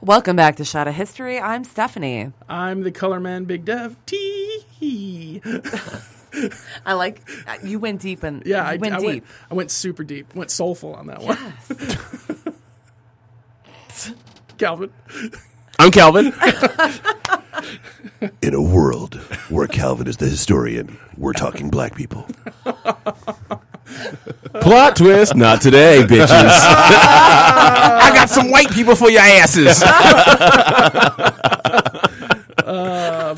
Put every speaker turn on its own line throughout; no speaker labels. Welcome back to Shot of History. I'm Stephanie.
I'm the color man, Big Dev. Tee hee.
I like you went deep and
Yeah,
you
I,
went
I
deep.
went. I went super deep. Went soulful on that one. Calvin,
I'm Calvin.
In a world where Calvin is the historian, we're talking black people.
Plot twist. Not today, bitches. I got some white people for your asses.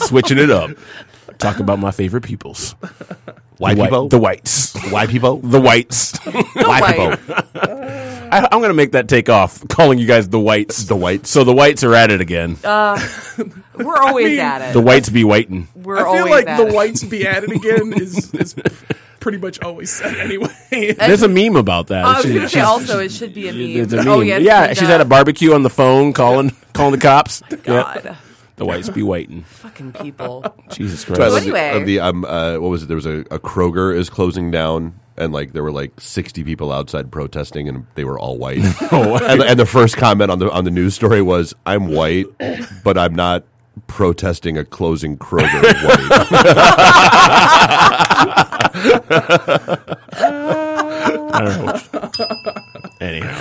Switching it up. Talk about my favorite peoples.
White
the
people?
The whites.
White people?
The whites.
White
White.
people.
I, I'm going to make that take off, calling you guys the whites. The whites. So the whites are at it again.
We're always at it.
the whites be whiting.
We're
I feel
always
like
at
the
it.
whites be at it again is, is pretty much always said anyway.
There's a meme about that.
Oh, I was
She's-
going to say
she's-
also it should be a meme.
It's a meme.
Oh yes,
yeah,
and,
she's
uh,
at a barbecue on the phone calling calling the cops. Yeah.
God,
The whites be waiting.
fucking people.
Jesus
I love
Christ.
anyway.
the, of the um, uh, what was it? There was a, a Kroger is closing down, and like there were like sixty people outside protesting, and they were all white. and, and the first comment on the on the news story was, "I'm white, but I'm not protesting a closing Kroger." white."
Anyhow.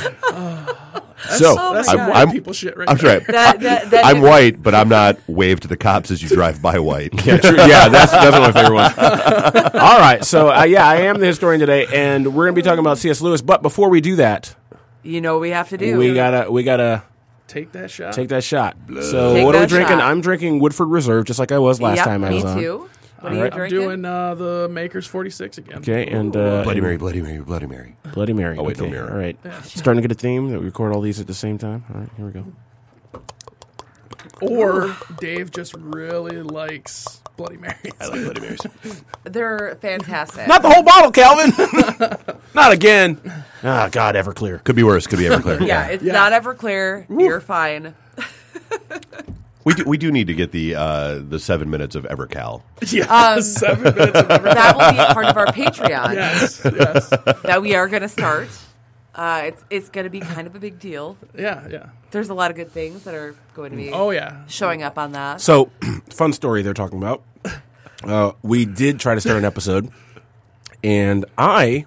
so,
Oh my
That's some
God.
white
I'm-
people shit, right?
I'm
there.
sorry.
That- that- that-
I'm white, but I'm not waved to the cops as you drive by. White.
yeah, true. yeah, that's that's one of my favorite ones. All right, so uh, yeah, I am the historian today, and we're gonna be talking about C.S. Lewis. But before we do that,
You know what we have to do.
we gotta we gotta
Take that shot.
take that shot. So
Take
what are we
that
drinking?
shot.
I'm drinking Woodford Reserve, just like I was last
Yep,
time I
me
was on.
too. What are you
right, I'm
I'm
drinking?
doing uh, the Maker's 46 again.
Okay, and uh,
Bloody Mary, Bloody Mary, Bloody Mary.
Bloody Mary.
Oh, wait, no
okay,
mirror.
All right, starting to get a theme that we record all these at the same time. All right, here we go.
Or Dave just really likes Bloody Marys.
I like Bloody Marys.
They're fantastic.
Not the whole bottle, Calvin. Not again. Ah, God, Everclear.
Could be worse. Could be Everclear.
yeah, it's not Everclear. You're fine.
We do, we do need to get the uh, the seven minutes of EverCal.
yeah, seven minutes of every-
That will be a part of our Patreon
Yes, yes.
that we are going to start. Uh, it's it's going to be kind of a big deal.
Yeah, yeah.
There's a lot of good things that are going to be
Oh, yeah.
showing up on that.
So, fun story they're talking about. Uh, we did try to start an episode, and I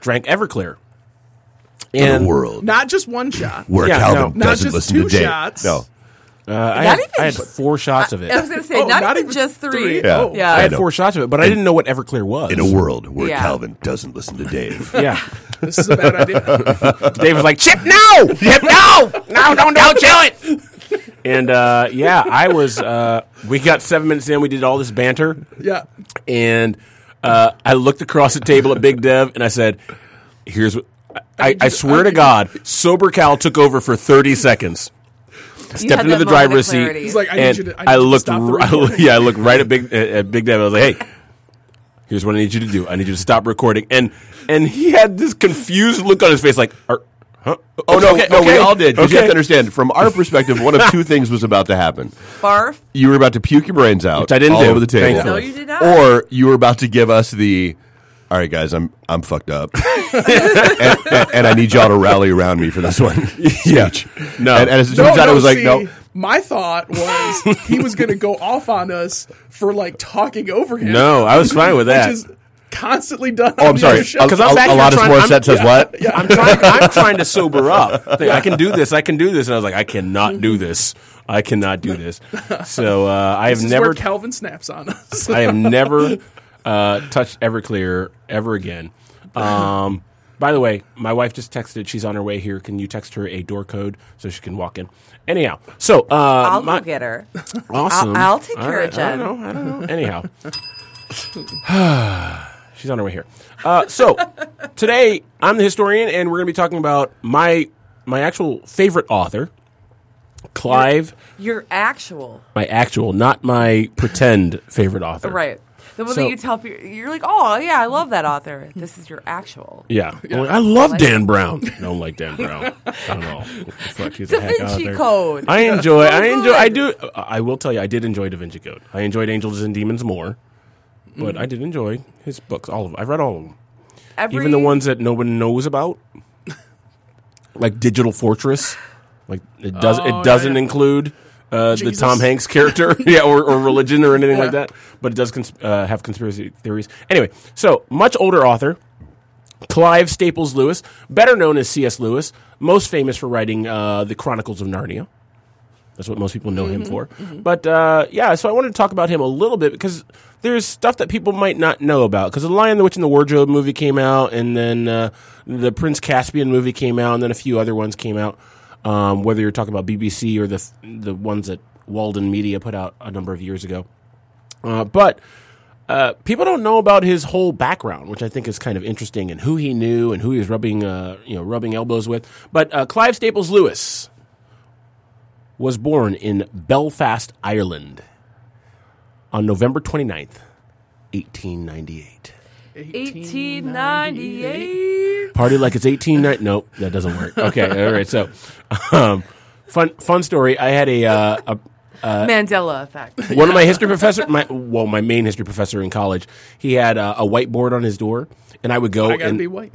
drank Everclear.
In
And
a world
Not just one shot.
where
Yeah,
Calvin
no. Not
doesn't
just
listen to
two
Dave.
shots.
No,
uh, I,
Not
had,
even
I had
just-
four shots of it.
I was going to say,
Oh,
not, even just three.
Yeah.
Oh,
Yeah.
I had
I know.
four shots of it, but I didn't know what Everclear was.
in a world where
Yeah.
Calvin doesn't listen to Dave.
Yeah.
This is a bad idea.
Dave was like, Chip, no! Chip, no! No, don't, don't chill it! And uh, yeah, I was. Uh, we got seven minutes in. We did all this banter.
Yeah.
and uh, I looked across the table at Big Dev and I said, "Here's what." I, I swear to God, sober Cal took over for thirty seconds. Stepped
had
into
that
the
moment
driver's
of
seat.
clarity. He's
like, I need
and
you to- I need you to
looked.
stop the
r- I
recording.
look- yeah, I looked right at Big at- at Big Dev. I was like, "Hey, here's what I need you to do. I need you to stop recording." And and he had this confused look on his face, like, "Are- "Huh?
Oh no,
Okay,
no, we
okay,
all did. 'cause You have
okay."
to understand, from our perspective, one of two things was about to happen.
Barf.
You were about to puke your brains out.
Which I didn't
all
do,
over the table.
thankfully.
No, you did not.
Or you were about to give us the. All right, guys, I'm I'm fucked up, and, and- and I need y'all to rally around me for this one. yeah,
No.
and, and as it
No,
turns out,
no,
it was like
see,
no.
My thought was he was going to go off on us for like talking over him.
No, I was fine with that.
which is constantly done.
Oh,
on
I'm
the
sorry.
other show.
Because I'm back
here
Alanis
trying-
Morissette says what?
I'm trying. I'm trying to sober up. Like, I can do this. I can do this. And I was like, I cannot do this. I cannot do this. So uh, I have
This is
never.
where Calvin snaps on us.
I have never uh, touched Everclear ever again. Um, by the way, my wife just texted. She's on her way here. Can you text her a door code so she can walk in? Anyhow, so uh,
I'll
my-
go get her.
Awesome.
I'll- I'll take
All
care of
I
Jen.
don't know. I don't know. Anyhow. She's on her way here. Uh, so today I'm the historian, and we're going to be talking about my my actual favorite author, Clive.
Your actual
My actual, not my pretend favorite author.
right. The one
So-
that you tell people you're like, oh yeah, I love that author. This is your actual.
Yeah. I'm like, I love Dan Brown. I don't like Dan Brown at all. Fuck, he's a
Da
hack out
Vinci
there.
Code.
I enjoy. I enjoy. I
good.
do. I will tell you, I did enjoy Da Vinci Code. I enjoyed Angels and Demons more,
Mm.
but I did enjoy his books. All of them. I've read all of them,
Every,
even the ones that nobody knows about, like Digital Fortress. Like it does.
Oh, yeah,
it doesn't
yeah.
include. Uh, the
Jesus.
Tom Hanks character, yeah, or, or religion or anything like that, but it does cons- uh, have conspiracy theories. Anyway, so much older author, Clive Staples Lewis, better known as C.S. Lewis, most famous for writing uh, the Chronicles of Narnia. That's what most people know him for. But uh, yeah, so I wanted to talk about him a little bit because there's stuff that people might not know about. Because the Lion, the Witch, and the Wardrobe movie came out, and then uh, the Prince Caspian movie came out, and then a few other ones came out. Um, whether you're talking about BBC or the the ones that Walden Media put out a number of years ago, uh, but uh, people don't know about his whole background, which I think is kind of interesting, and who he knew and who he was rubbing, uh, you know, rubbing elbows with. But uh, Clive Staples Lewis was born in Belfast, Ireland, on November 29th, 1898.
1898.
Party like it's 18 night. Nope, that doesn't work. Okay, all right. So, um, fun fun story. I had a, uh, a
Mandela effect.
one of my history professor, my well, my main history professor in college, he had uh, a whiteboard on his door, and I would go
I gotta
and
be white.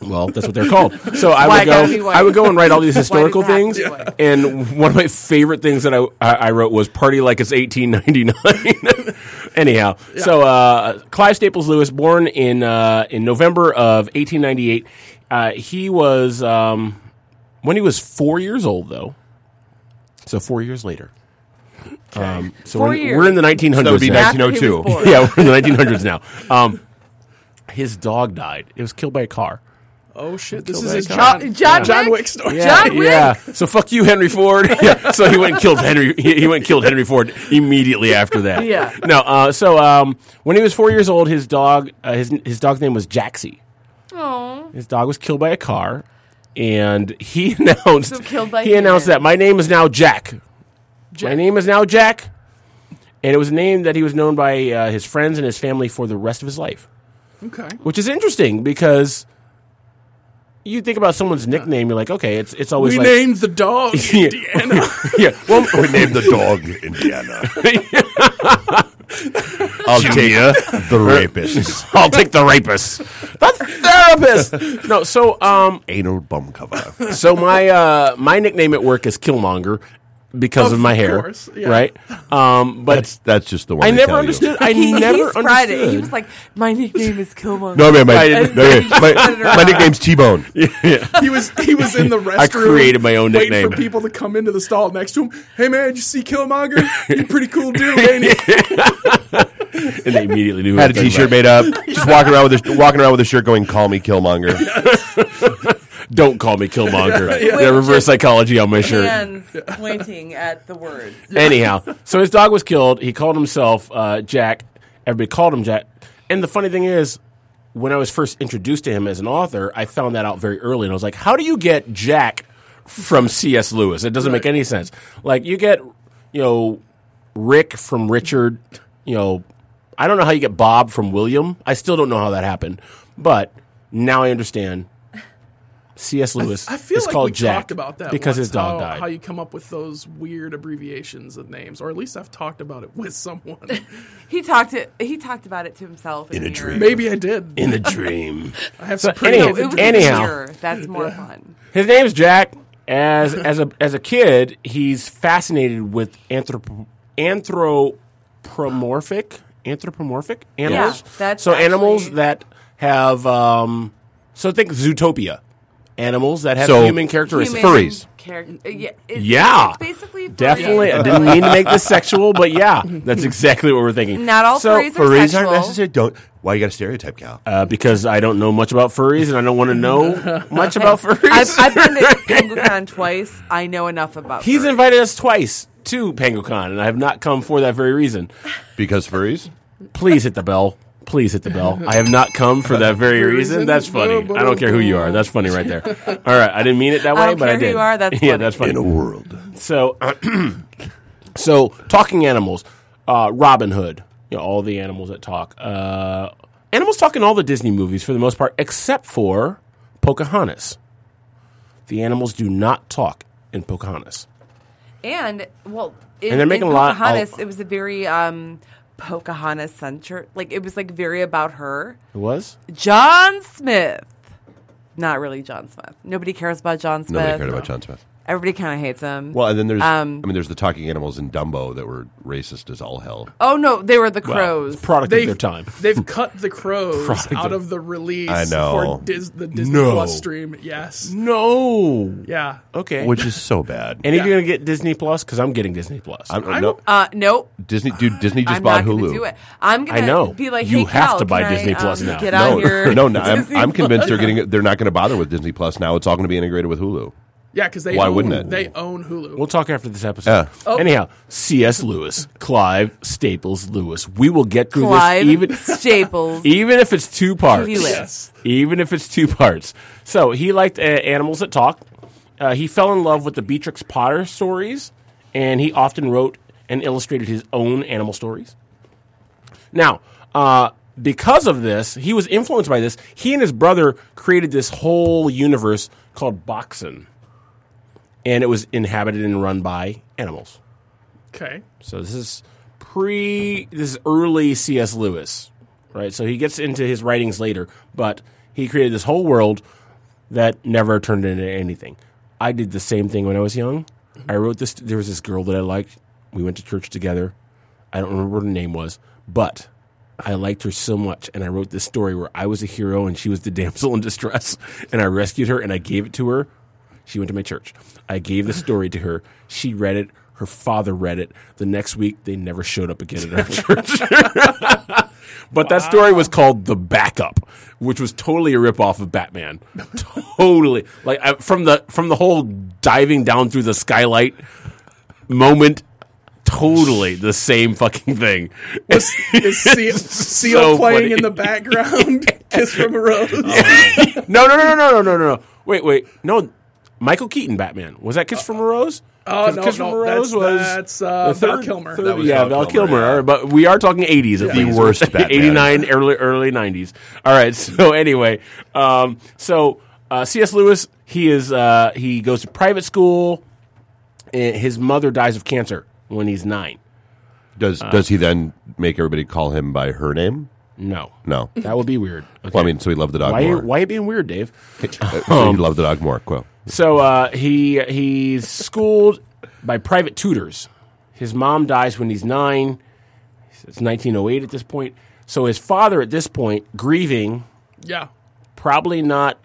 well, that's what they're called. So I
Why
would
gotta be
go,
white?
I would go and write all these
Why does it
historical
have to
things,
be white?
and one of my favorite things that I I, I wrote was "Party Like It's 1899." Anyhow, so uh, Clive Staples Lewis, born in uh, in November of 1898, uh, he was um, when he was four years old, though. So four years later. Um, so
Four
we're, in-
years.
we're in the 1900s.
that would be
now.
1902.
After he was born.
yeah, we're in the 1900s now. Um, his dog died. It was killed by a car.
Oh shit! This is
that
a
guy.
John,
John, John,
John Wick
Wick
story.
John Wick.
Yeah. So fuck you, Henry Ford. yeah. So he went and killed Henry. He, he went and killed Henry Ford immediately after that.
Yeah.
No. Uh, so um, when he was four years old, his dog uh, his his dog's name was Jaxie.
Oh,
His dog was killed by a car, and he announced
So killed by
he announced
human.
that my name is now Jack. My name is now Jack, and it was a name that he was known by uh, his friends and his family for the rest of his life
Okay.
which is interesting because you think about someone's nickname, you're like, okay, it's it's always
We
like,
named the dog
Yeah.
Indiana.
yeah, well,
We named the dog Indiana. I'll take the rapist.
I'll take the rapist, the therapist. No, so um,
Anal bum cover.
so my uh, my nickname at work is Killmonger because of,
Of
my hair,
course, yeah.
right? Um, but
That's that's just the one.
I
they
never
tell you.
understood. I
he,
never
he tried it. He
understood.
was like, my nickname is Killmonger.
No man, my,
I-
no, man, my, my nickname's T Bone.
he was he was in the restroom.
created my own
waiting
nickname.
for people to come into the stall next to him. Hey man, did you see Killmonger? He's a pretty cool dude, ain't he?
and they immediately knew. who I
Had a
was talking
T-shirt
about.
made up. Just walking around with a, walking around with a shirt going, "Call me Killmonger."
Don't call me Killmonger. yeah, reverse psychology on my shirt.
Hands pointing at the words.
Anyhow, so his dog was killed. He called himself uh, Jack. Everybody called him Jack. And the funny thing is, when I was first introduced to him as an author, I found that out very early, and I was like, "How do you get Jack from C.S. Lewis? It doesn't make any sense. Like you get, you know, Rick from Richard. You know, I don't know how you get Bob from William. I still don't know how that happened, but now I understand." C.S. Lewis
I feel
is
like
called
we
Jack
talked about that
because
once,
his dog
how,
died.
How you come up with those weird abbreviations of names, or at least I've talked about it with someone.
He talked it. He talked about it to himself in,
a
the mirror.
dream.
Maybe I did.
in a dream.
I have
So
some pretty
anyhow,
No, it was
Anyhow.
in the mirror. That's more fun.
His name's Jack. As as a as a kid, he's fascinated with anthrop- anthropomorphic anthropomorphic animals.
that's
so animals
actually-
that have um, so think Zootopia, animals that have
So-
human characteristics.
Human
Furries.
character- yeah. it's-
Yeah,
It's basically furries.
definitely. I didn't mean to make this sexual, but yeah, that's exactly what we're thinking.
Not all
so,
furries are
Furries
sexual.
aren't necessary. Don't. Why you got to stereotype, Cal?
uh, because I don't know much about furries, and I don't want to know much about furries.
I've, I've been to PangoCon twice. I know enough about.
He's
furries.
invited us twice to PangoCon, and I have not come for that very reason.
Because furries.
Please hit the bell. please hit the bell. I have not come for that very reason. That's funny. I don't care who you are. That's funny right there. All right, I didn't mean it that way,
I don't
but I
care who
did.
you are, that's
yeah,
funny.
that's funny.
in a world.
So, so talking animals, uh, Robin Hood, you know, all the animals that talk. Uh, animals talk in all the Disney movies for the most part, except for Pocahontas. The animals do not talk in Pocahontas.
And well, in,
And they're making
in
a lot-
Pocahontas,
I'll-
it was a very um, Pocahontas centric. Like it was like very about her.
It was
John Smith. Not really John Smith. Nobody cares about John Smith.
Nobody cared about John Smith.
Everybody kind of hates him.
Well, and then there's,
Um,
I mean, there's the talking animals in Dumbo that were racist as all hell.
oh no, they were the
Well,
crows.
it's a product
They've-
of their time.
They've cut the crows
Product
out
of-
of the release
I know.
for Dis- the Disney
No.
Plus stream. Yes.
No.
Yeah.
Okay.
Which is so bad.
and if
Yeah.
you're gonna get Disney Plus, because I'm getting Disney Plus.
I'm, no,
Uh, nope.
Disney, dude, Disney just
I'm
bought
not gonna
Hulu.
do it. I'm gonna
I know.
be like,
You
hey,
have
Cal,
to buy
can I,
Disney Plus
um,
now.
Get
No,
out here.
no, no, I'm,
Disney
I'm
Plus.
convinced they're getting. They're not going to bother with Disney Plus now. It's all going to be integrated with Hulu.
Yeah, because they
Why
own,
wouldn't it?
They own Hulu.
We'll talk after this episode.
Yeah.
Anyhow, C.S. Lewis, Clive Staples Lewis. We will get through
Clyde
this even
Staples.
even if it's two parts.
TV list.
yes.
Even if it's two parts. So he liked uh, animals that talk. Uh, he fell in love with the Beatrix Potter stories, and he often wrote and illustrated his own animal stories. Now, uh, because of this, he was influenced by this. He and his brother created this whole universe called Boxen, and it was inhabited and run by animals.
Okay.
So this is pre this is early C.S. Lewis, right? So he gets into his writings later, but he created this whole world that never turned into anything. I did the same thing when I was young. I wrote this there was this girl that I liked. We went to church together. I don't remember what her name was, but I liked her so much and I wrote this story where I was a hero and she was the damsel in distress and I rescued her and I gave it to her she went to my church. I gave the story to her. She read it. Her father read it. The next week, they never showed up again at our church. but that story was called "The Backup," which was totally a ripoff of Batman. totally, like I, from the from the whole diving down through the skylight moment. Totally the same fucking thing.
Is Seal, Seal
so
playing
funny.
in the background? Kiss from a Rose.
Oh. no, no, no, no, no, no, no, no. Wait, wait. No, Michael Keaton Batman was that Kiss from a Rose?
Uh, Oh,
Kiss-
no,
Kiss
no,
from a Rose
that's-
was
that's, uh,
the
Val Kilmer.
third-
That
was
yeah,
Val
Val
Kilmer,
Kilmer.
yeah.
all right, But we are talking eighties at
The
least.
worst Batman.
Eighty nine, early early nineties. All right. So anyway, um, so uh, C.S. Lewis he is uh, he goes to private school. and His mother dies of cancer when he's nine.
Does
Uh.
does he then make everybody call him by her name?
No,
No.
that would be weird. Okay.
Hmm. Well, I mean, so he loved the dog
why,
more.
why are you being weird, Dave?
Uh, so he loved the dog more. Quote.
So uh, he he's schooled by private tutors. His mom dies when he's nine. It's 1908 at this point. So his father, at this point, grieving,
Yeah.
probably not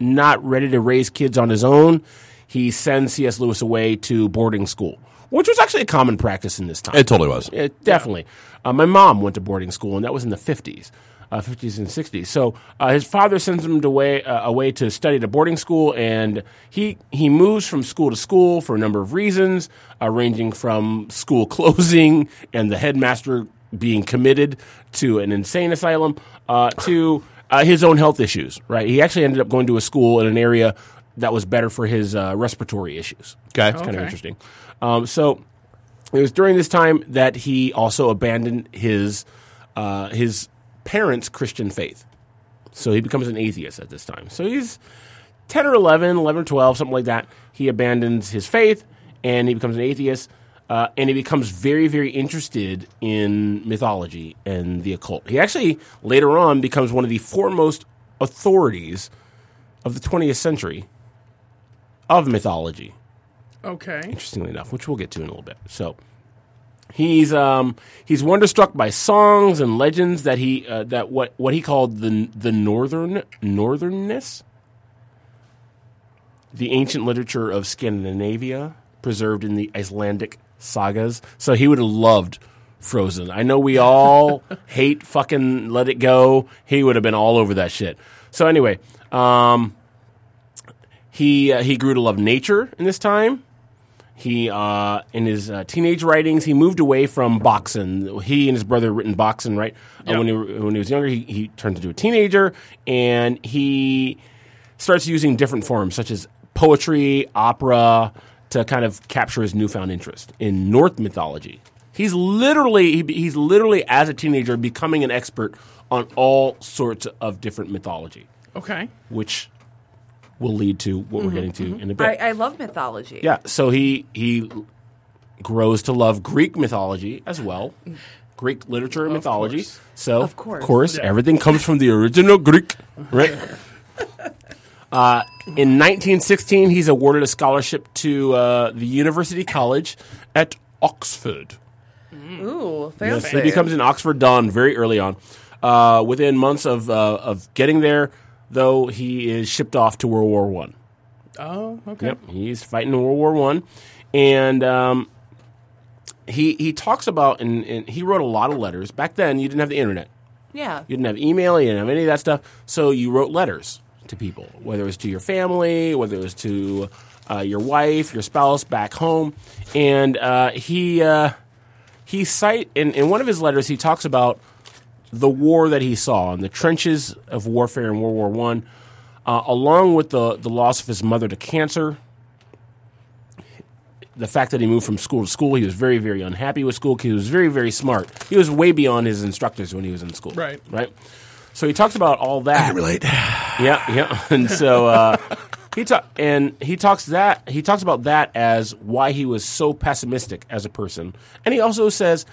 not ready to raise kids on his own. He sends C.S. Lewis away to boarding school, which was actually a common practice in this time.
It totally was.
Yeah, definitely. Uh, my mom went to boarding school, and that was in the 50s, uh, 50s and 60s. So uh, his father sends him to way, uh, away to study at a boarding school, and he, he moves from school to school for a number of reasons, uh, ranging from school closing and the headmaster being committed to an insane asylum uh, to uh, his own health issues, right? He actually ended up going to a school in an area that was better for his uh, respiratory issues.
Okay.
It's kind of
Okay.
interesting. Um, so it was during this time that he also abandoned his uh, his parents' Christian faith. So he becomes an atheist at this time. So he's 10 or 11, 11 or 12, something like that. He abandons his faith and he becomes an atheist. Uh, and he becomes very, very interested in mythology and the occult. He actually later on becomes one of the foremost authorities of the 20th century of mythology
Okay.
interestingly enough, which we'll get to in a little bit. So he's um, he's wonderstruck by songs and legends that he uh, that what what he called the the northern northernness, the ancient literature of Scandinavia preserved in the Icelandic sagas. So he would have loved. Frozen. I know we all hate fucking Let It Go. He would have been all over that shit. So anyway, um, he uh, he grew to love nature in this time He, uh, in his uh, teenage writings, he moved away from boxing. He and his brother had written boxing, right? Uh, when, he, when he was younger, he, he turned into a teenager, and he starts using different forms, such as poetry, opera, to kind of capture his newfound interest in North mythology. He's literally he, be- he's literally as a teenager becoming an expert on all sorts of different mythology,
Okay.
which will lead to what we're getting to in a bit.
I, I love mythology.
Yeah, so he he grows to love Greek mythology as well. Greek literature and mythology. So
Of course.
everything comes from the original Greek, right? Uh, in 1916, he's awarded a scholarship to uh, the University College at Oxford.
Ooh,
Yes,
fancy.
he becomes an Oxford Don very early on. Uh, within months of uh, of getting there, though, he is shipped off to World War One.
Oh, okay.
Yep, he's fighting in World War One, and um, he he talks about and, and he wrote a lot of letters. Back then, you didn't have the internet,
yeah.
you didn't have email, you didn't have any of that stuff. So you wrote letters to people, whether it was to your family, whether it was to uh, your wife, your spouse back home, and uh, he uh, he cite in, in one of his letters he talks about the war that he saw in the trenches of warfare in World War One, uh, along with the the loss of his mother to cancer. The fact that he moved from school to school, he was very, very unhappy with school. 'cause He was very, very smart. He was way beyond his instructors when he was in school.
Right.
right. So he talks about all that.
relate.
Yeah, yeah. And so uh, he talk and he talks that he talks about that as why he was so pessimistic as a person, and he also says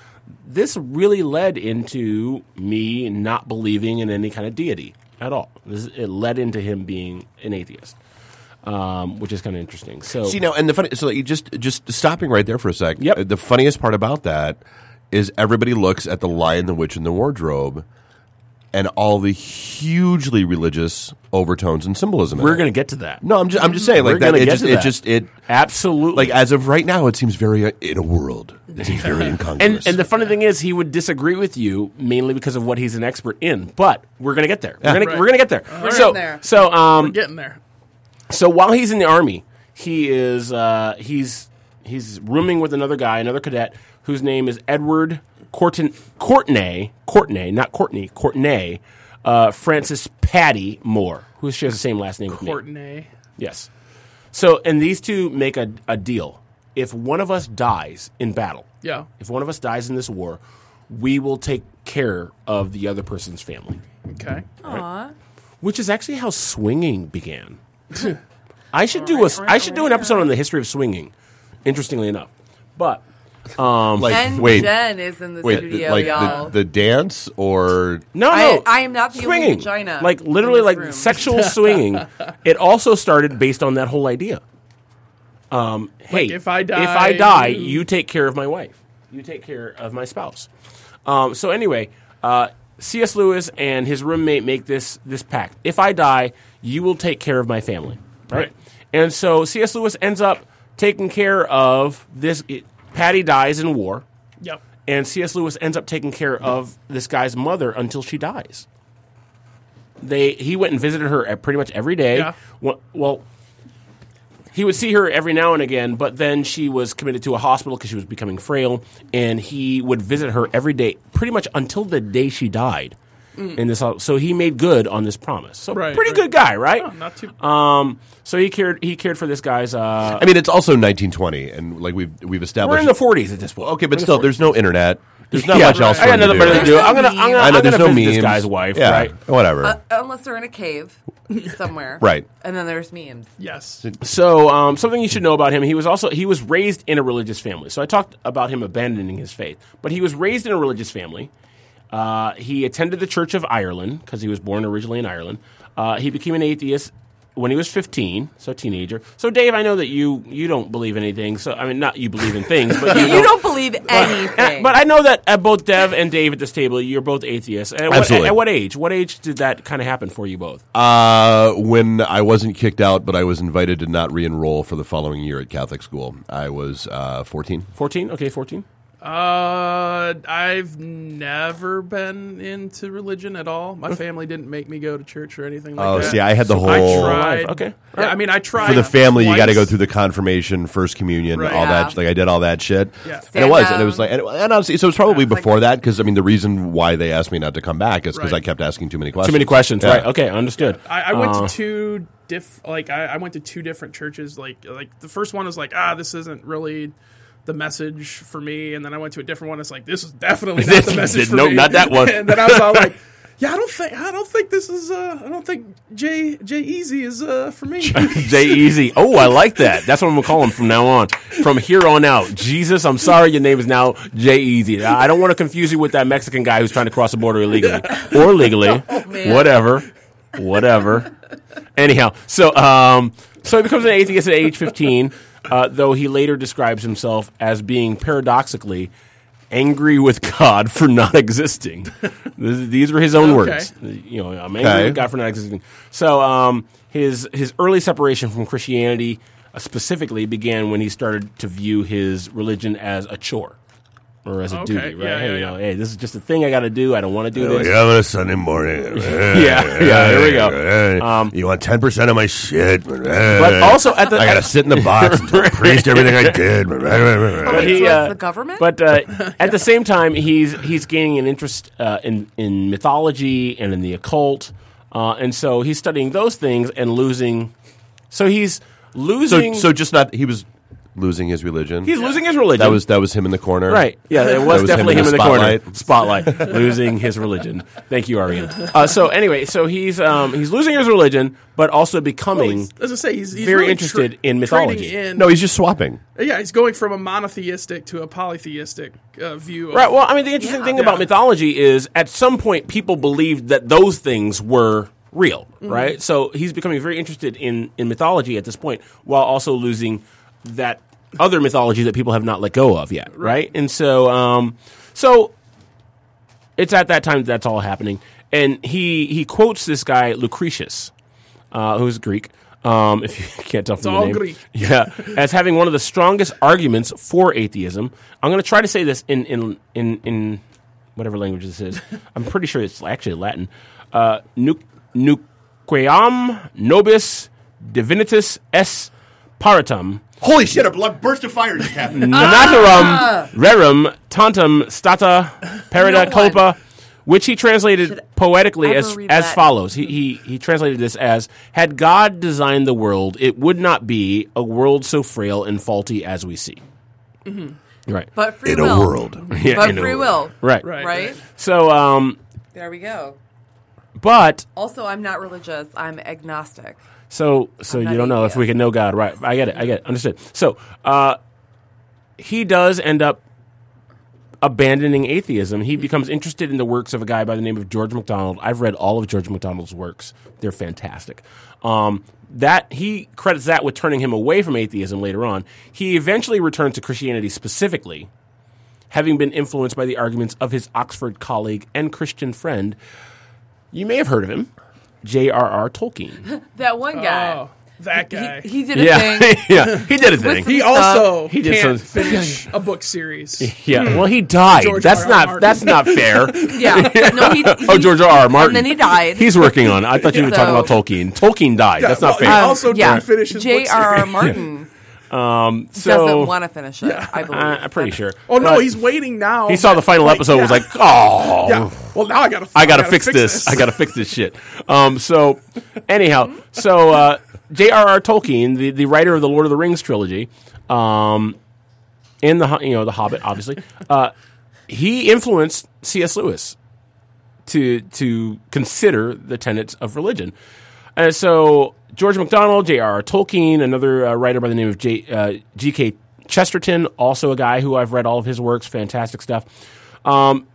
this really led into me not believing in any kind of deity at all. This, it led into him being an atheist, um, which is kind of interesting. So
See now, and the funny so you just just stopping right there for a sec.
Yep.
uh, The funniest part about that is everybody looks at the Lion, the Witch, and the Wardrobe, and all the hugely religious overtones and symbolism. in
we're
it.
going to get to that.
No, I'm just I'm just saying like
We're
that.
gonna
It
get
just,
to
it
that.
just it
absolutely.
like as of right now, it seems very uh, in a world. It seems very incongruous.
And, and the funny thing is, he would disagree with you mainly because of what he's an expert in. But we're gonna get there. We're gonna
Right.
we're gonna get there.
getting
so
there.
so um
Getting there.
so while he's in the army, he is uh, he's he's rooming with another guy, another cadet whose name is Edward Courtin- Courtney Courtney, not Courtney Courtney uh, Francis Patty Moore, who shares the same last name with me.
Courtney.
Yes. So, and these two make a, a deal. If one of us dies in battle,
Yeah.
if one of us dies in this war, we will take care of the other person's family,
Okay.
Aw.
which is actually how swinging began. I should do a s I should do an episode on the history of swinging. Interestingly enough, but
like
And
wait,
Jen is in the
wait,
studio,
like
y'all.
the, the dance or
no,
I-
no,
I am not the only
swinging.
vagina
Like
in
literally,
this
like
room.
sexual swinging. It also started based on that whole idea. Um, hey,
if I die,
if I die,
you-
you... take care of my wife. You take care of my spouse. Um, so anyway, uh, C.S. Lewis and his roommate make this this pact: if I die, you will take care of my family, right? And so C.S. Lewis ends up taking care of this. It, Patty dies in war,
Yep.
and C.S. Lewis ends up taking care of this guy's mother until she dies. They he went and visited her at pretty much every day.
Yeah.
Well, well, he would see her every now and again, but then she was committed to a hospital because she was becoming frail, and he would visit her every day, pretty much until the day she died. In this, ho- so he made good on this promise. So
Mm. Right,
pretty
right.
good guy, right?
Oh, not too.
um, so he cared. He cared for this guy's. Uh,
I mean, it's also 1920, and like we've we've established
we're in the forties at this point.
Okay, but
We're in the
still, there's no internet. There's not
Yeah,
much else.
I got
for him
nothing better to
do.
do.
There's
I'm
no
gonna, I'm gonna,
memes.
I
I know
am
there's
gonna
no
visit
memes.
this guy's wife,
yeah,
right? Uh,
Whatever.
Unless they're in a cave somewhere.
Right.
And then there's memes.
yes.
So, um, something you should know about him: he was also he was raised in a religious family. So I talked about him abandoning his faith, but he was raised in a religious family. Uh, he attended the Church of Ireland because he was born originally in Ireland. Uh, he became an atheist when he was 15, so a teenager. So, Dave, I know that you you don't believe anything. So, I mean, not you believe in things, but you,
You don't believe anything.
But I know that at both Dev and Dave at this table, you're both atheists. At what,
Absolutely.
At, what age? What age did that kind of happen for you both?
Uh, when I wasn't kicked out, but I was invited to not re-enroll for the following year at Catholic school. I was uh, 14.
14? Okay, 14.
Uh, I've never been into religion at all. My family didn't make me go to church or anything like
Oh,
that.
see, I had the whole.
I tried.
Okay. All
Yeah, I mean, I tried
for the family, you got to go
twice.
through the confirmation, first communion,
Right.
all
Yeah.
that. Like I did all that shit,
Yeah.
and
Stand
it was, and it was
down.
like, and, and honestly, so it was probably
like-
before that because I mean, the reason why they asked me not to come back is because
Right.
I kept asking too many questions.
Too many questions,
Uh, Yeah.
right? Okay, understood.
I, I
Oh.
went to two diff like I, I went to two different churches. Like like the first one was like ah this isn't really the message for me, and then I went to a different one. It's like this is definitely not the message for
No,
me.
not that one.
and then I was all like. Yeah, I don't think I don't think this is uh I don't think Jay Jay Easy is uh for me.
Jay Easy. Oh, I like that. That's what I'm gonna call him from now on. From here on out, Jesus, I'm sorry, your name is now Jay Easy. I I don't want to confuse you with that Mexican guy who's trying to cross the border illegally or legally,
man.
whatever, whatever. Anyhow, so um, so he becomes an atheist at age 15, uh, though he later describes himself as being paradoxically angry with God for not existing. Th- These were his own
Okay.
words. You know, I'm angry
Okay.
with God for not existing. So um, his his early separation from Christianity uh, specifically began when he started to view his religion as a chore. Or as a
Okay.
duty, right?
Yeah,
hey,
yeah,
you
yeah.
know, hey, this is just a thing I got to do. I don't want to do this.
having a Sunday morning.
Yeah, yeah, here we go. Um,
you want ten percent of my shit,
But also at the
I gotta sit in the box and tell the priest everything I did.
But
he,
so it's
uh,
the government?
But uh, at the same time, he's he's gaining an interest uh, in in mythology and in the occult, uh, and so he's studying those things and losing. So he's
So,
losing.
so just not. He was losing his religion.
he's losing his religion.
that was that was him in the corner,
Right. Yeah, it was,
was
definitely
him
him
in
in the
the
corner. Spotlight. losing his religion. Thank you, Arian. Uh, so anyway, so he's um, he's losing his religion, but also becoming.
As I say, Oh, he's, he's
Very
really
interested
tra- trading
in mythology.
In,
No, he's just swapping.
yeah, he's going from a monotheistic to a polytheistic uh, view. Of,
Right. Well, I mean, the interesting thing about mythology is at some point people believed that those things were real, right? So he's becoming very interested in in mythology at this point, while also losing that other mythology that people have not let go of yet, right? And so, um, so it's at that time that that's all happening, and he he quotes this guy Lucretius, uh, who's Greek. Um, if you can't tell from the
all
name,
Greek.
yeah, as having one of the strongest arguments for atheism. I'm going to try to say this in in in, in whatever language this is. I'm pretty sure it's actually Latin. Uh, nuc- nuquam nobis divinitas es paratum
Holy shit! A blood burst of fire just happened.
Natarum rerum tantum stata perida
Ah. No one
culpa, which he translated poetically
ever
as
read
as
that.
follows. He, he he translated this as had God designed the world, it would not be a world so frail and faulty as we see. Right.
Mm-hmm. but free
in
will.
a world.
Yeah,
But
in a
free
way.
will.
Right.
Right.
Right?
So um
There we go.
but
Also, I'm not religious. I'm agnostic.
So, so
I'm
you
not
don't know if we
atheist.
can know God, right? I get it. I get it. Understood. So, uh, he does end up abandoning atheism. He becomes interested in the works of a guy by the name of George MacDonald. I've read all of George MacDonald's works; they're fantastic. Um, that he credits that with turning him away from atheism later on. He eventually returned to Christianity specifically, having been influenced by the arguments of his Oxford colleague and Christian friend. You may have heard of him, J.R.R. Tolkien.
That one guy.
Oh, that guy.
He, he did a thing.
yeah, he did a thing.
He also
He did
can't
some-
finish a book series.
Hmm.
yeah, well, he died.
George
that's
R. R.
not
Martin.
that's not fair.
Yeah. No, he,
oh,
he-
George R. R. Martin.
And then he died.
He's working on. it. I thought you were
So-
talking about Tolkien. Tolkien died. that's not
well,
fair.
he also
yeah.
didn't finish his book
J.R.R. Martin
so
doesn't want to finish it, I believe.
I, am pretty sure.
Oh no,
But
he's waiting now.
he saw the final
Like,
episode. and Was
yeah,
like, oh,
yeah. Well, now I gotta.
I gotta fix this. I gotta fix this shit. Um, so, anyhow, so uh, J.R.R. Tolkien, the, the writer of the Lord of the Rings trilogy, um, in the Ho- you know the Hobbit, obviously, uh, he influenced C.S. Lewis to to consider the tenets of religion. And so George MacDonald, J.R.R. Tolkien, another uh, writer by the name of J, uh, G.K. Chesterton, also a guy who I've read all of his works, fantastic stuff. Um,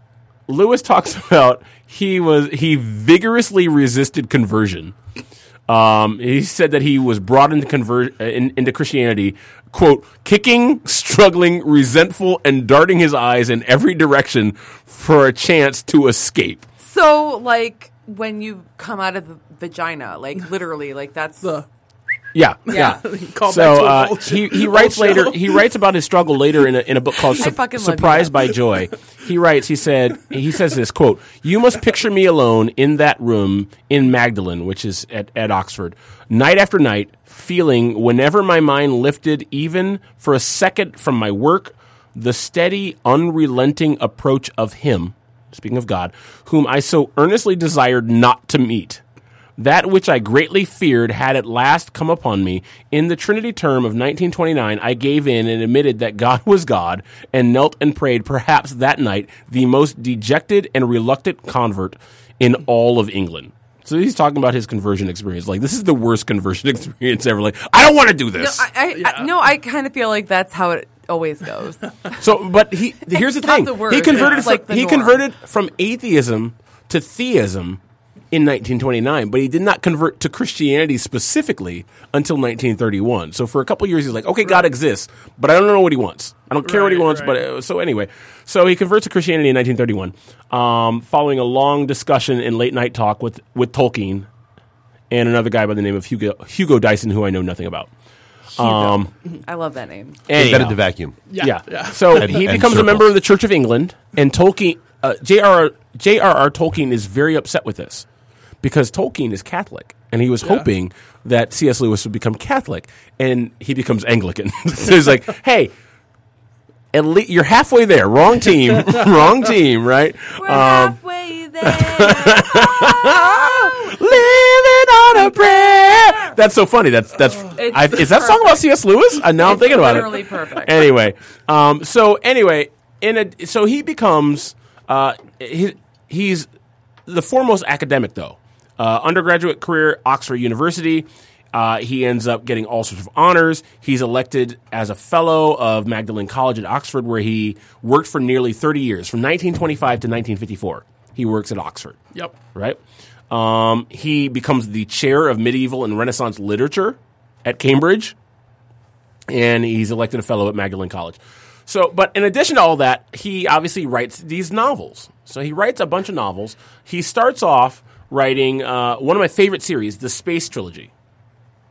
Lewis talks about he was he vigorously resisted conversion. Um, he said that he was brought into convert uh, in, into Christianity, quote, kicking, struggling, resentful, and darting his eyes in every direction for a chance to escape.
So, like, when you come out of the vagina, like, literally, like, that's
The-
Yeah, yeah.
Yeah.
Call
so
back to
uh,
old shit.
he he writes
Old show.
later. He writes about his struggle later in a, in a book called Sup-
fucking love you,
"Surprised
Matt.
by Joy." He writes. He said. He says this quote: "You must picture me alone in that room in Magdalen, which is at at Oxford, night after night, feeling whenever my mind lifted, even for a second, from my work, the steady, unrelenting approach of Him." Speaking of God, whom I so earnestly desired not to meet. That which I greatly feared had at last come upon me. In the Trinity term of 1929, I gave in and admitted that God was God and knelt and prayed, perhaps that night, the most dejected and reluctant convert in all of England. So he's talking about his conversion experience. Like, this is the worst conversion experience ever. Like, I don't want to do
No,
this.
I, I, I, no, I kind of feel like that's how it always goes.
So, but he here's the
It's not
thing.
the word,
he converted
it's
from,
like the
he
norm.
converted from atheism to theism in 1929, but he did not convert to Christianity specifically until 1931. So for a couple years, he's like, okay, God exists, but I don't know what he wants. I don't care what he
Right,
wants.
right.
But uh, so anyway, so he converts to Christianity in 1931, um, following a long discussion and late night talk with with Tolkien and another guy by the name of Hugo Hugo Dyson, who I know nothing about. Um,
I love that name.
Invented
anyhow.
the vacuum.
Yeah.
Yeah.
So
And-
he
and
becomes a
circles.
member of the Church of England, and Tolkien, uh, J.R.R. J.R.R. Tolkien is very upset with this because Tolkien is Catholic, and he was hoping that C.S. Lewis would become Catholic, and he becomes Anglican. so he's like, hey, at le- you're halfway there. Wrong team. wrong team, right?
We're
Um,
halfway there.
Living on a prayer. That's so funny. That's that's I,
It's
is that song about C.S. Lewis? Uh, now I'm
It's
thinking about it.
literally perfect.
Anyway, um, so anyway, in a so he becomes uh, he, he's the foremost academic though. Uh, undergraduate career, Oxford University. Uh, he ends up getting all sorts of honors. He's elected as a fellow of Magdalen College at Oxford, where he worked for nearly 30 years, from 1925 to 1954. He works at Oxford
Yep.
right? Um, he becomes the chair of medieval and Renaissance literature at Cambridge, and he's elected a fellow at Magdalen College. So, but in addition to all that, he obviously writes these novels. So he writes a bunch of novels. He starts off writing uh, one of my favorite series, the Space Trilogy.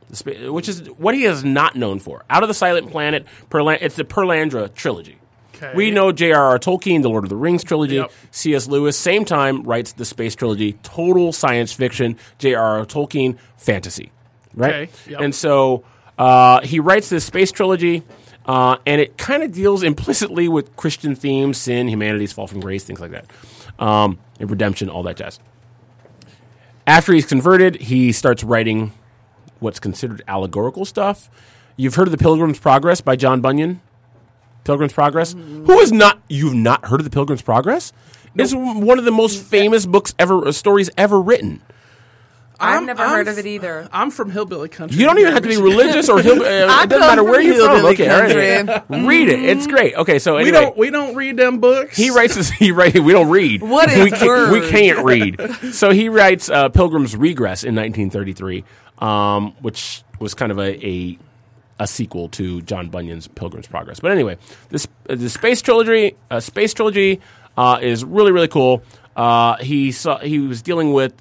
The spa- which is what he is not known for. Out of the Silent Planet, Perlan- it's the Perlandra trilogy.
Okay.
We know J.R.R. Tolkien, the Lord of the Rings trilogy.
Yep.
C.S. Lewis, same time, writes the space trilogy, total science fiction. J.R.R. Tolkien, fantasy. Right?
Okay, yep.
And so uh, he writes this space trilogy, uh, and it kind of deals implicitly with Christian themes, sin, humanity's fall from grace, things like that, um, and redemption, all that jazz. After he's converted, he starts writing what's considered allegorical stuff. You've heard of the Pilgrim's Progress by John Bunyan? Pilgrim's Progress?
Mm-hmm.
Who is not you've not heard of the Pilgrim's Progress? It's one of the most famous books ever uh, stories ever written.
I've
I'm-
never
I'm
heard
f-
of it either.
I'm from hillbilly country.
You don't even have to be religious or hill, uh, it doesn't
come
matter where
from
you're from.
hillbilly
Okay, all right. Read it. It's great. Okay, so
We
anyway,
don't. We don't read them books.
he writes this, he writes we don't read
What is
we can't, we
word?
can't read so he writes uh, pilgrim's regress in 1933 um, which was kind of a, a a sequel to john bunyan's pilgrim's progress but anyway this uh, the space trilogy uh, space trilogy uh, is really really cool uh, he saw he was dealing with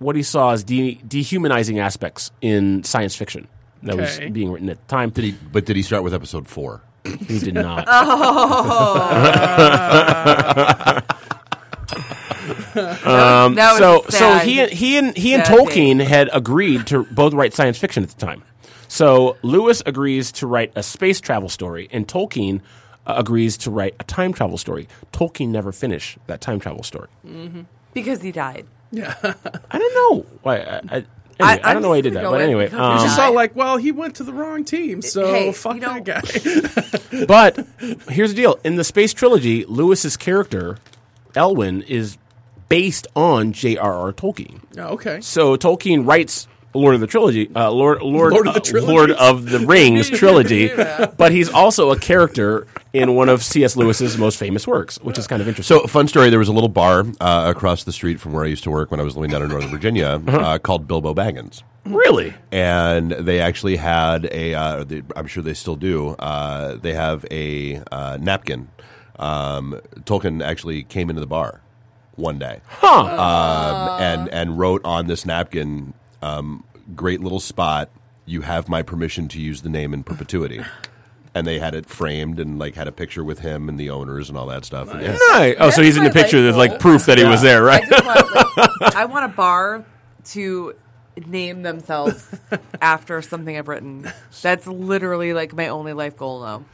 what he saw as de- dehumanizing aspects in science fiction that
Okay.
was being written at the time
Did he? But did he start with episode four?
he did not
that was
Um, so so
sad.
he he and he and
Sad
Tolkien had agreed to both write science fiction at the time. So Lewis agrees to write a space travel story, and Tolkien uh, agrees to write a time travel story. Tolkien never finished that time travel story.
because he died.
I don't know why. I, I, anyway, I,
I- I'm
don't know why he
just
did that,
gonna go
but
with
anyway.
because it's
um,
Just all like, well, he went to the wrong team, so
Hey,
fuck
you
that
don't-
guy.
um, But here's the deal: in the space trilogy, Lewis's character Elwin is based on J.R.R. Tolkien.
Oh, okay.
So Tolkien writes Lord of the Trilogy, uh, Lord, Lord,
Lord of the
uh,
Trilogies.
Lord of the Rings trilogy, but he's also a character in one of C.S. Lewis's most famous works, which is kind of interesting.
So, fun story. There was a little bar uh, across the street from where I used to work when I was living down in Northern Virginia
Uh-huh.
uh, called Bilbo Baggins.
really,
and they actually had a. Uh, they, I'm sure they still do. Uh, they have a uh, napkin. Um, Tolkien actually came into the bar one day, Um, and and wrote on this napkin, um, "Great little spot "You have my permission to use the name in perpetuity." And they had it framed and like had a picture with him and the owners and all that stuff. And yeah.
Nice. Oh, so he's in the
That's
picture. There's like
delightful.
proof that he was there, right?
I, just want, like, I want a bar to name themselves after something I've written. That's literally like my only life goal now.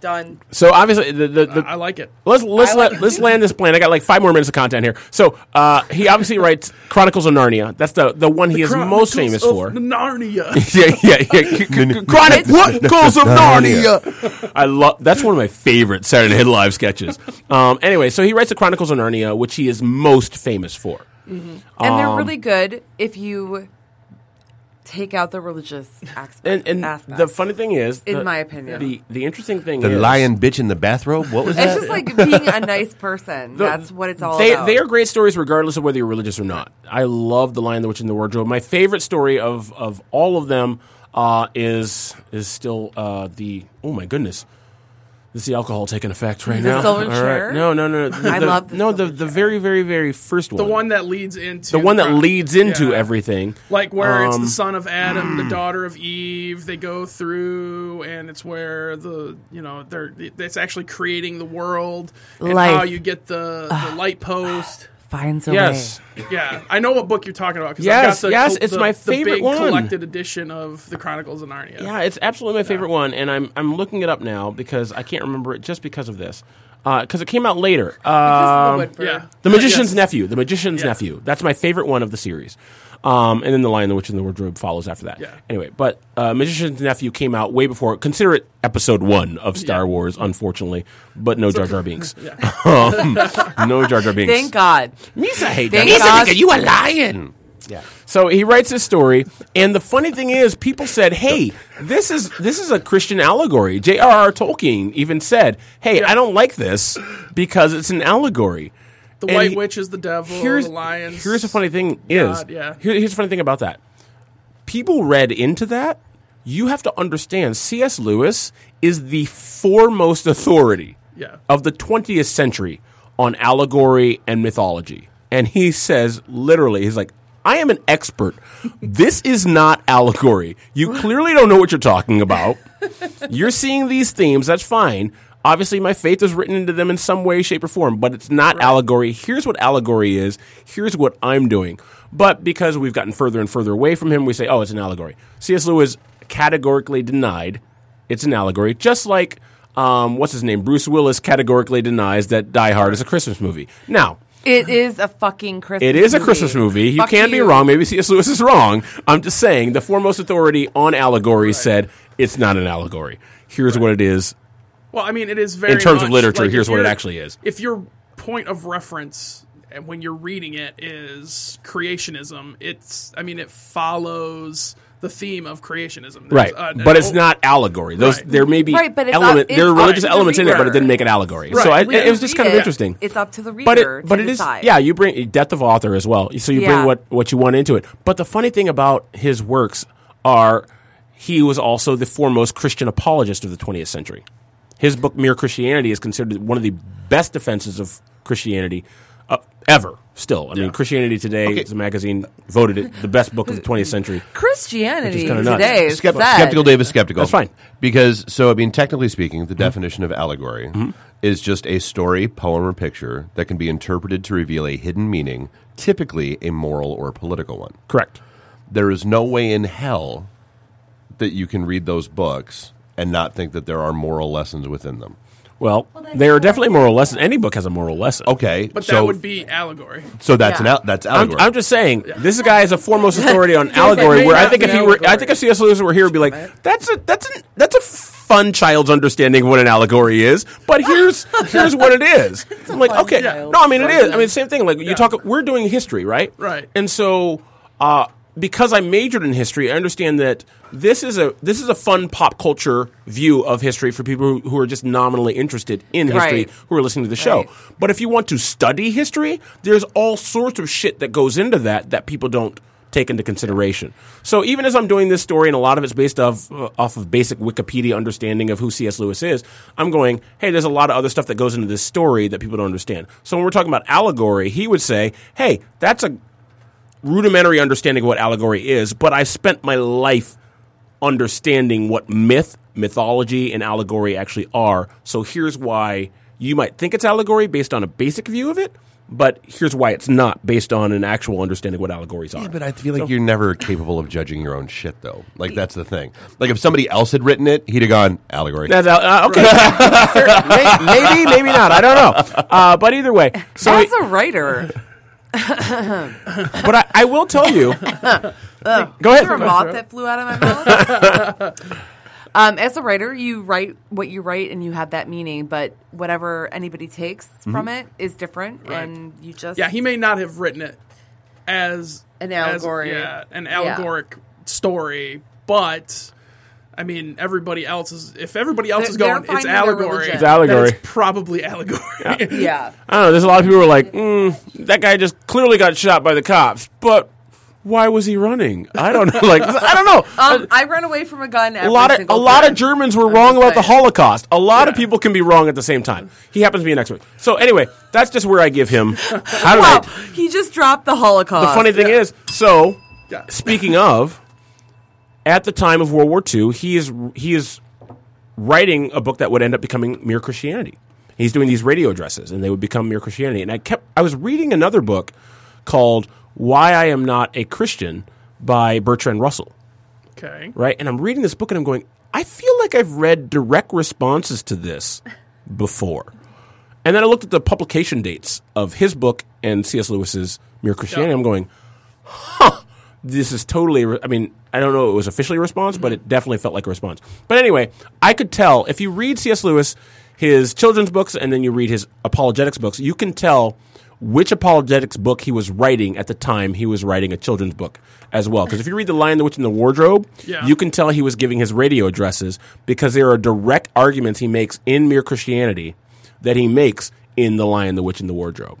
Done.
So obviously, the, the, the,
I like it.
Let's let's
I like
let,
it
let's
too.
land this plane. I got like five more minutes of content here. So uh, he obviously writes Chronicles of Narnia. That's the the one he is
Chronicles
most famous
of
for.
Narnia.
yeah, yeah, yeah. C- c- Chronicles of Narnia. I love. That's one of my favorite Saturday Night Live sketches. Um, anyway, so he writes the Chronicles of Narnia, which he is most famous for.
And
Um,
they're really good if you take out the religious aspect.
And and
aspect.
the funny thing is,
In
the-
my opinion.
the the interesting thing
The
is,
lion bitch in the bathrobe. What was
it's
that?
just like being a nice person. That's what it's all
they,
about.
They are great stories, regardless of whether you're religious or not. I love the Lion, the Witch, and the Wardrobe. My favorite story of of all of them uh, is is still uh, the oh my goodness. This is the alcohol taking effect right
The
now.
silver
All
chair?
No, no, no. no. The,
I
the-
love the
no the
silver
the very very very first one.
The one that leads into
the one that leads into
Yeah.
everything.
Like where it's
Um,
the son of Adam, the daughter of Eve. They go through, and it's where the you know they're it's actually creating the world and how
Life.
you get the, the light post.
finds a
Yes.
Yeah, I know what book you're talking about. 'cause
Yes,
I've got the,
yes,
the-
it's my
the
favorite
big
one.
collected edition of the Chronicles of Narnia. Um,
Yeah, it's absolutely my favorite one, and I'm I'm looking it up now because I can't remember it just because of this. Because it came out later. Um,
yeah.
The Magician's
Oh, Yes.
Nephew. The Magician's Nephew. That's my favorite one of the series. Um, and then The Lion, the Witch, and the Wardrobe follows after that.
Yeah.
Anyway, but uh, Magician's Nephew came out way before. Consider it episode one of Star Wars, unfortunately, but no Jar Jar Binks. um, no Jar Jar Binks.
Thank God.
Misa hate
Thank
that.
God.
you a lion. Yeah. So he writes his story, and the funny thing is, people said, "Hey, this is this is a Christian allegory." J.R.R. Tolkien even said, "Hey, I don't like this because it's an allegory."
The
And
White
he-
Witch is the devil. the lions.
Here's the funny thing is
God, yeah.
here- here's the funny thing about that. People read into that. You have to understand C.S. Lewis is the foremost authority
Yeah.
of the 20th century on allegory and mythology. And he says literally, he's like, I am an expert. This is not allegory. You clearly don't know what you're talking about. You're seeing these themes, that's fine. Obviously, my faith is written into them in some way, shape, or form, but it's not allegory. Here's what allegory is. Here's what I'm doing. But because we've gotten further and further away from him, we say, oh, it's an allegory. C.S. Lewis categorically denied it's an allegory, just like, um, what's his name? Bruce Willis categorically denies that Die Hard is a Christmas movie. Now,
It is a fucking Christmas.
it is a Christmas movie. You
Fuck
can be
you.
wrong. Maybe C.S. Lewis is wrong. I'm just saying the foremost authority on allegory said it's not an allegory. Here's what it is.
Well, I mean, it is very
In terms of
much,
literature,
like, if
here's what it
your-
actually is.
If your point of reference and when you're reading it is creationism, it's I mean, it follows the theme of creationism, There's
right
an- an
but it's
o-
not allegory those
uh, oh. Right.
there may be
Right, but it's
element
up- it's
there are
up
religious
to the
elements in there but it
reader.
didn't make it allegory
Right.
so I,
We
it,
don't
was just
read
kind of
it.
interesting
It's up to the reader.
but it but
to
it is
decide.
yeah you bring depth of author as well so you bring
Yeah.
what what you want into it but the funny thing about his works are he was also the foremost christian apologist of the 20th century his book mere christianity is considered one of the best defenses of christianity uh, ever still i mean christianity today the magazine voted it the best book of the 20th century
Christianity
kinda nuts.
today is
Skep-
sad.
skeptical Dave is skeptical.
That's fine.
Because, so, I mean, technically speaking, the definition of allegory is just a story, poem, or picture that can be interpreted to reveal a hidden meaning, typically a moral or political one.
correct
There is no way in hell that you can read those books and not think that there are moral lessons within them.
Well, there are definitely moral lessons. Any book has a moral lesson.
Okay,
But
so
that would be allegory.
so that's
Yeah.
an al- that's
I'm,
allegory.
I'm just saying this guy is a foremost authority on allegory.
may
Where I
not
think
be
if he were, I
allegory.
think if C.S. Lewis were here, would be like, that's a that's a that's a fun child's understanding of what an allegory is. But here's here's what it is. I'm like,
fun
okay,
child.
no, I mean it is. I mean same thing. Like you talk, we're doing history, right?
Right.
And so. Uh, because I majored in history, I understand that this is a this is a fun pop culture view of history for people who, who are just nominally interested in history,
Right.
who are listening to the show.
Right.
But if you want to study history, there's all sorts of shit that goes into that that people don't take into consideration. So even as I'm doing this story, and a lot of it's based off uh, off of basic Wikipedia understanding of who C.S. Lewis is, I'm going, hey, there's a lot of other stuff that goes into this story that people don't understand. So when we're talking about allegory, he would say, hey, that's a rudimentary understanding of what allegory is, but I spent my life understanding what myth, mythology, and allegory actually are. So here's why you might think it's allegory based on a basic view of it, but here's why it's not based on an actual understanding of what allegories are.
Yeah, but I feel like you're never capable of judging your own shit, though. Like that's the thing. Like if somebody else had written it, he'd have gone allegory.
That's al- uh, okay. Fair. May- maybe, maybe not. I don't know. Uh, but either way, so
As a writer,
but I, I will tell you. go
is there a
ahead.
moth that flew out of my mouth? um, as a writer, you write what you write, and you have that meaning. But whatever anybody takes
Mm-hmm.
from it is different, and you just
Yeah, he may not have written it as
An
as-
allegory.
yeah, an
Yeah.
allegoric story, but I mean, everybody else is. If everybody else
They're-
is
they're
going, it's
finding their
allegory.
religion. It's
allegory.
then it's probably allegory.
yeah.
I don't know. There's a lot of people who are like, mm, that guy just clearly got shot by the cops, but why was he running? I don't know. Like, I don't know.
Um, I run away from a gun.
a
every
lot of a
single
lot of
time.
Germans were wrong about the
saying.
Holocaust. A lot of people can be wrong at the same time. He happens to be an expert. So anyway, that's just where I give him. I don't
Wow,
know.
he just dropped the Holocaust.
The funny thing is, so
Yeah.
speaking of, at the time of World War II, he is he is writing a book that would end up becoming Mere Christianity. He's doing these radio addresses, and they would become Mere Christianity. And I kept I was reading another book called Why I Am Not a Christian by Bertrand Russell
Okay.
right? And I'm reading this book and I'm going, I feel like I've read direct responses to this before. And then I looked at the publication dates of his book and C.S. Lewis's Mere Christianity. I'm going, huh, this is totally. Re- I mean, I don't know if it was officially a response, but it definitely felt like a response. But anyway, I could tell if you read C.S. Lewis, his children's books, and then you read his apologetics books, you can tell which apologetics book he was writing at the time he was writing a children's book as well. Because if you read The Lion, the Witch, and the Wardrobe,
Yeah.
you can tell he was giving his radio addresses because there are direct arguments he makes in Mere Christianity that he makes in The Lion, the Witch, and the Wardrobe.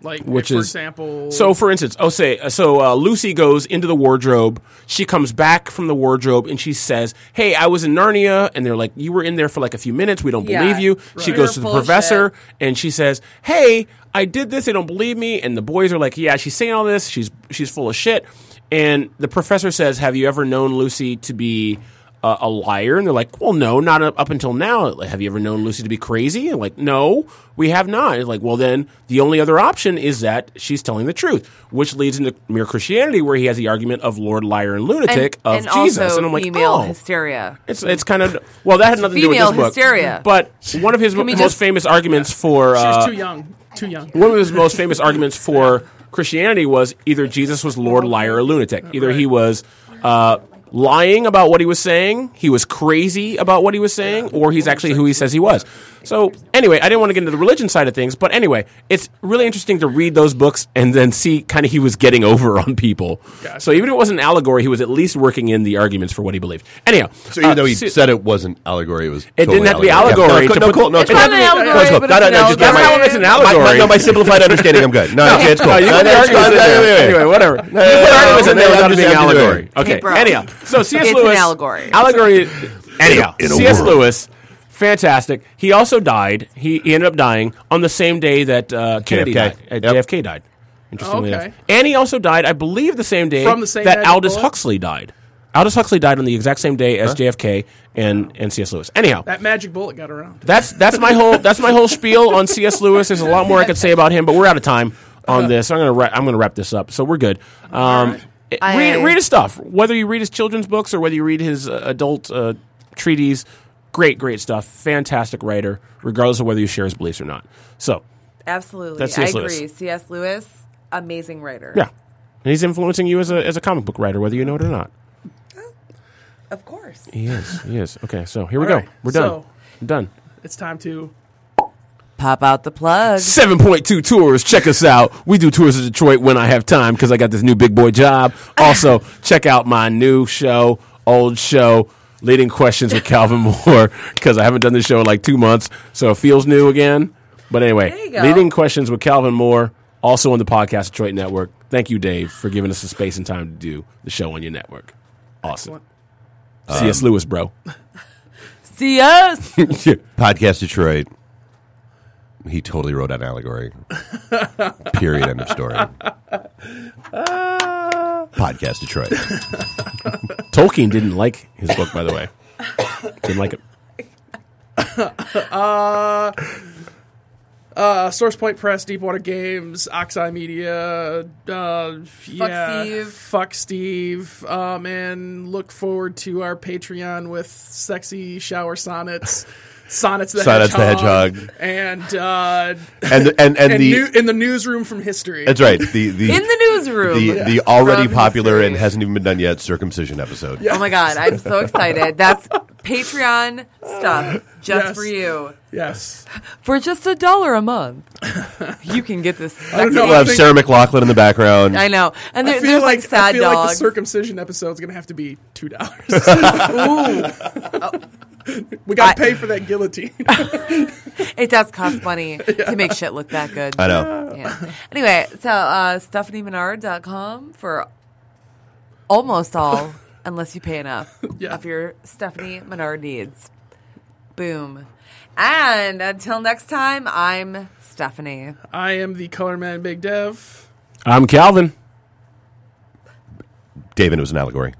Like,
Which
for
is-
example,
So, for instance, oh, say, uh, so uh, Lucy goes into the wardrobe. She comes back from the wardrobe and she says, "Hey, I was in Narnia," and they're like, "You were in there for like a few minutes. We don't
Yeah.
believe you." She
Right.
goes to the
Pure bullshit.
professor and she says, "Hey, I did this. They don't believe me." And the boys are like, "Yeah, she's saying all this. She's she's full of shit." And the professor says, "Have you ever known Lucy to be?" Uh, a liar, and they're like, "Well, no, not up up until now. Like, Have you ever known Lucy to be crazy?" And like, "No, we have not." And like, well, then the only other option is that she's telling the truth, which leads into mere Christianity, where he has the argument of Lord, liar, and lunatic of
and
Jesus,
also
and I'm like,
female
"Oh."
hysteria.
It's it's kind of well that had nothing to do
Female
with this book.
hysteria.
But one of his mo-
we
most
just-
famous arguments for
she was
uh,
too young. Too young.
one of his most famous arguments for Christianity was either Jesus was Lord, liar, or lunatic. Either he was uh, lying about what he was saying, he was crazy about what he was saying, or he's actually who he says he was. So anyway, I didn't want to get into the religion side of things, but anyway, it's really interesting to read those books and then see kind of he was getting over on people. So even if it wasn't an allegory, he was at least working in the arguments for what he believed. Anyhow,
so even
uh,
though he
see-
said it wasn't allegory, it was.
It
totally
didn't have to be allegory to
Yeah, no,
put-
no, cool, no,
It's
cool.
not an
No,
allegory,
cool.
but
No,
it's
no,
an
no, just
allegory.
my-
That's not what makes
an
my-
allegory.
My, my simplified understanding, I'm good. No, okay, it's cool.
No, you
No,
can
no,
put
it's cool.
arguments in
No,
there.
no, no, no.
Anyway, whatever. You put arguments in there
no,
without
no,
it being
no, no,
allegory.
no.
Okay.
Hey, bro.
Anyhow, so C.S.
It's an
Lewis.
allegory.
Allegory. Anyhow,
in a
C.S.
world.
Lewis, fantastic. He also died. He, he ended up dying on the same day that uh, Kennedy
JFK.
died. Uh,
Yep.
JFK died. Interestingly
Okay.
enough. And he also died, I believe, the same day
From the same
that
magic
Aldous
bullet?
Huxley died. Aldous Huxley died on the exact same day as JFK and, and C.S. Lewis. Anyhow,
That magic bullet got around.
that's that's my whole that's my whole spiel on C.S. Lewis. There's a lot more I could say about him, but we're out of time on this. I'm gonna wrap, I'm gonna wrap this up. So we're good. Um, it-
I-
read read his stuff, whether you read his children's books or whether you read his uh, adult uh, treatise. Great, great stuff. Fantastic writer, regardless of whether you share his beliefs or not. So
Absolutely,
That's
I
C.S. Lewis.
agree. C.S. Lewis, amazing writer.
yeah, and he's influencing you as a as a comic book writer, whether you know it or not.
of course.
He is. He is. Okay, so here we
All
go.
right,
We're done.
so-
We're done.
It's time to
Pop out the plug.
7.2 tours. Check us out. We do tours of Detroit when I have time because I got this new big boy job. Also, check out my new show, old show, Leading Questions with Calvin Moore because I haven't done this show in like two months. So it feels new again. But
There
anyway,
you go.
Leading Questions with Calvin Moore, also on the Podcast Detroit Network. Thank you, Dave, for giving us the space and time to do the show on your network. Awesome. C.S. Lewis, bro.
See us.
Podcast Detroit. He totally wrote an allegory. Period.
uh,
End of story. Podcast Detroit.
Tolkien didn't like his book, by the way. didn't like it.
Uh, Source Point Press, Deepwater Games, Oxeye Media, uh, yeah,
Steve.
Fuck Steve, um, and look forward to our Patreon with sexy shower sonnets, sonnets the
Sonnets the
hedgehog,
Hedgehog.
and uh,
And and and,
and
the
new, in the newsroom from history.
that's right. The the
in the newsroom.
the, the already
From
popular and
history.
hasn't even been done yet circumcision episode.
Oh my god, I'm so excited. That's Patreon stuff just
Yes.
for you.
yes,
For just a dollar a month, you can get this. Sexy. I,
don't know.
We'll
I
have
think-
Sarah McLaughlin in the background.
know, and there,
I feel
there's
like,
like,
I
sad
feel like the
dogs.
circumcision episode is going to have to be two dollars. we got to
Oh. I-
pay for that guillotine.
it does cost money to make shit look that good.
I know.
Yeah. Anyway, so uh, StephanieMenard.com for almost all, unless you pay enough,
Yeah.
of your Stephanie Menard needs. Boom. And until next time, I'm Stephanie.
I am the color man, Big Dev.
I'm Calvin.
David, it was an allegory.